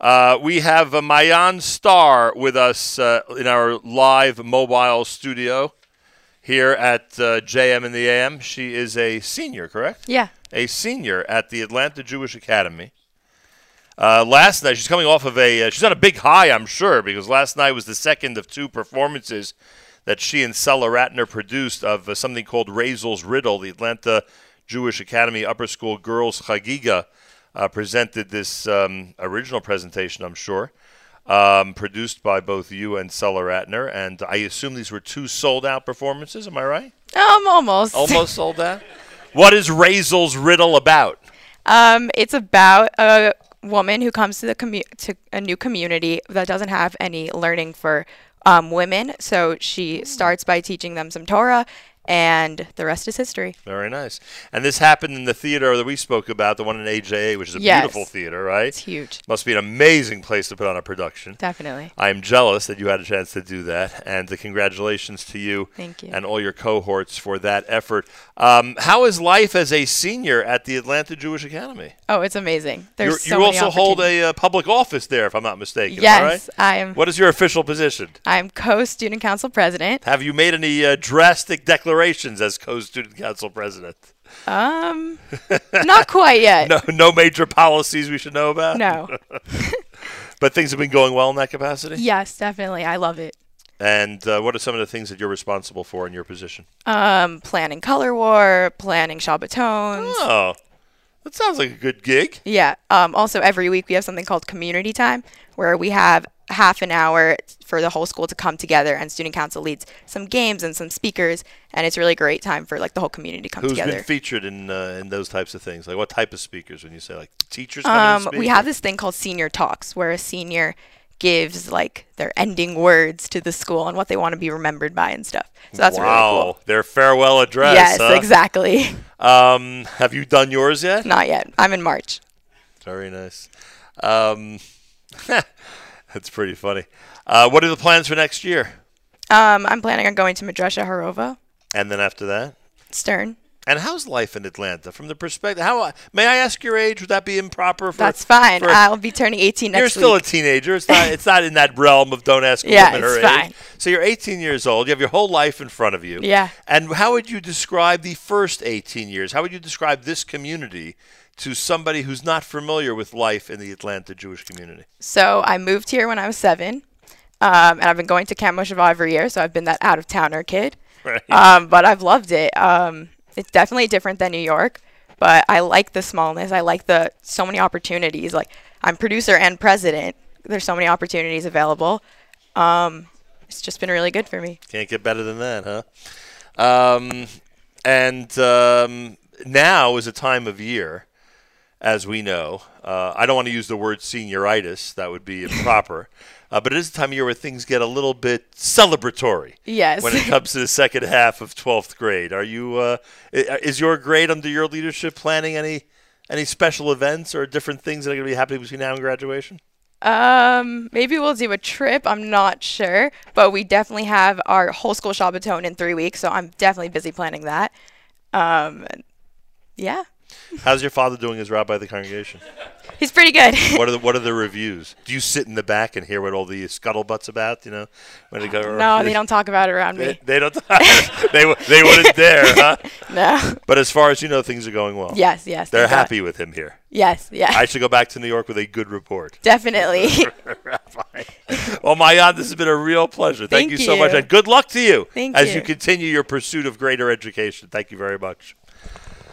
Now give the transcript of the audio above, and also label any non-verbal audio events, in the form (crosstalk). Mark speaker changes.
Speaker 1: Uh, we have uh, Mayan Star with us uh, in our live mobile studio here at uh, JM in the AM. She is a senior, correct?
Speaker 2: Yeah.
Speaker 1: A senior at the Atlanta Jewish Academy. Uh, last night, she's coming off of a. Uh, she's on a big high, I'm sure, because last night was the second of two performances that she and Sella Ratner produced of uh, something called Razel's Riddle. The Atlanta Jewish Academy Upper School Girls Chagiga uh, presented this um, original presentation, I'm sure, um, produced by both you and Sella Ratner. And I assume these were two sold out performances. Am I right?
Speaker 2: Um, almost.
Speaker 1: (laughs) Almost sold out. What is Razel's Riddle about?
Speaker 2: Um, it's about a woman who comes to the commu- to a new community that doesn't have any learning for um, women. So she
Speaker 1: Mm.
Speaker 2: starts by teaching them some Torah, and the rest is history.
Speaker 1: Very nice. And this happened in the theater that we spoke about, the one in AJA, which is a
Speaker 2: Yes.
Speaker 1: beautiful theater, right?
Speaker 2: It's huge.
Speaker 1: Must be an amazing place to put on a production.
Speaker 2: Definitely.
Speaker 1: I am jealous that you had a chance to do that, and the congratulations to you,
Speaker 2: Thank you.
Speaker 1: and all your cohorts for that effort. Um, how is life as a senior at the Atlanta Jewish Academy?
Speaker 2: Oh, it's amazing. There's
Speaker 1: You're-
Speaker 2: so
Speaker 1: you
Speaker 2: many
Speaker 1: also hold
Speaker 2: opportunities.
Speaker 1: a uh, public office there, if I'm not mistaken.
Speaker 2: Yes,
Speaker 1: all right?
Speaker 2: I am.
Speaker 1: What is your official position?
Speaker 2: I'm co-student council president.
Speaker 1: Have you made any uh, drastic declarations as co-student council president? (laughs)
Speaker 2: Um, not quite yet.
Speaker 1: No, no major policies we should know about.
Speaker 2: no.
Speaker 1: but things have been going well in that capacity.
Speaker 2: Yes, definitely. I love it.
Speaker 1: And uh, what are some of the things that you're responsible for in your position?
Speaker 2: Um, planning color war, planning Shabbatones.
Speaker 1: Oh, that sounds like a good gig.
Speaker 2: Yeah. Um, also, every week we have something called community time, where we have half an hour for the whole school to come together, and student council leads some games and some speakers, and it's a really great time for like the whole community to come
Speaker 1: Who's
Speaker 2: together.
Speaker 1: been featured in uh, in those types of things? Like what type of speakers? When you say like teachers, come in and
Speaker 2: um,
Speaker 1: speak,
Speaker 2: we have
Speaker 1: or-
Speaker 2: this thing called senior talks, where a senior gives like their ending words to the school and what they want to be remembered by and stuff. So that's
Speaker 1: wow,
Speaker 2: really cool.
Speaker 1: their farewell address.
Speaker 2: yes,
Speaker 1: huh?
Speaker 2: exactly. (laughs)
Speaker 1: Um, have you done yours yet?
Speaker 2: Not yet. I'm in March.
Speaker 1: Very nice. Um, (laughs) that's pretty funny. Uh, what are the plans for next year?
Speaker 2: Um, I'm planning on going to Madresha Harova
Speaker 1: And then after that.
Speaker 2: Stern.
Speaker 1: And how's life in Atlanta from the perspective? How may I ask your age? Would that be improper? For,
Speaker 2: That's fine.
Speaker 1: for-
Speaker 2: I'll be turning 18 next
Speaker 1: you're still
Speaker 2: week.
Speaker 1: a teenager. It's not. It's not in that realm of don't ask a
Speaker 2: Yeah,
Speaker 1: woman her
Speaker 2: it's fine.
Speaker 1: age. So you're 18 years old. You have your whole life in front of you.
Speaker 2: Yeah.
Speaker 1: And how would you describe the first 18 years? How would you describe this community to somebody who's not familiar with life in the Atlanta Jewish community? (laughs)
Speaker 2: So I moved here when I was seven, um, and I've been going to Camp Mosheva every year. So I've been that out of towner kid,
Speaker 1: Right.
Speaker 2: um, but I've loved it. Um, it's definitely different than New York, but I like the smallness. I like the so many opportunities. Like I'm producer and president. There's so many opportunities available. Um, it's just been really good for me.
Speaker 1: Can't get better than that, huh? Um, and um, now is a time of year, as we know. Uh, I don't want to use the word senioritis, that would be improper. (laughs) Uh, but it is a time of year where things get a little bit celebratory.
Speaker 2: Yes.
Speaker 1: When it comes to the second half of 12th grade. Are you, uh, i- is your grade under your leadership planning any, any special events or different things that are going to be happening between now and graduation?
Speaker 2: Um, maybe we'll do a trip. I'm not sure, but we definitely have our whole school Shabbaton in three weeks, so I'm definitely busy planning that. Um, yeah,
Speaker 1: How's your father doing as rabbi of the congregation?
Speaker 2: he's pretty good. (laughs)
Speaker 1: What are the what are the reviews? Do you sit in the back and hear what all the scuttlebutt's about? You know, when they go. (laughs)
Speaker 2: no, they don't talk about it around
Speaker 1: They,
Speaker 2: me.
Speaker 1: they don't. (laughs) they w- they wouldn't dare, huh?
Speaker 2: No. (laughs)
Speaker 1: But as far as you know, things are going well.
Speaker 2: Yes, yes.
Speaker 1: They're
Speaker 2: thank God.
Speaker 1: happy with him here.
Speaker 2: Yes, yeah.
Speaker 1: I should go back to New York with a good report.
Speaker 2: definitely.
Speaker 1: (laughs) Rabbi. Well, Mayan, this has been a real pleasure. Thank,
Speaker 2: Thank
Speaker 1: so much,
Speaker 2: you.
Speaker 1: and good luck to you
Speaker 2: Thank
Speaker 1: as you
Speaker 2: you.
Speaker 1: continue your pursuit of greater education. Thank you very much.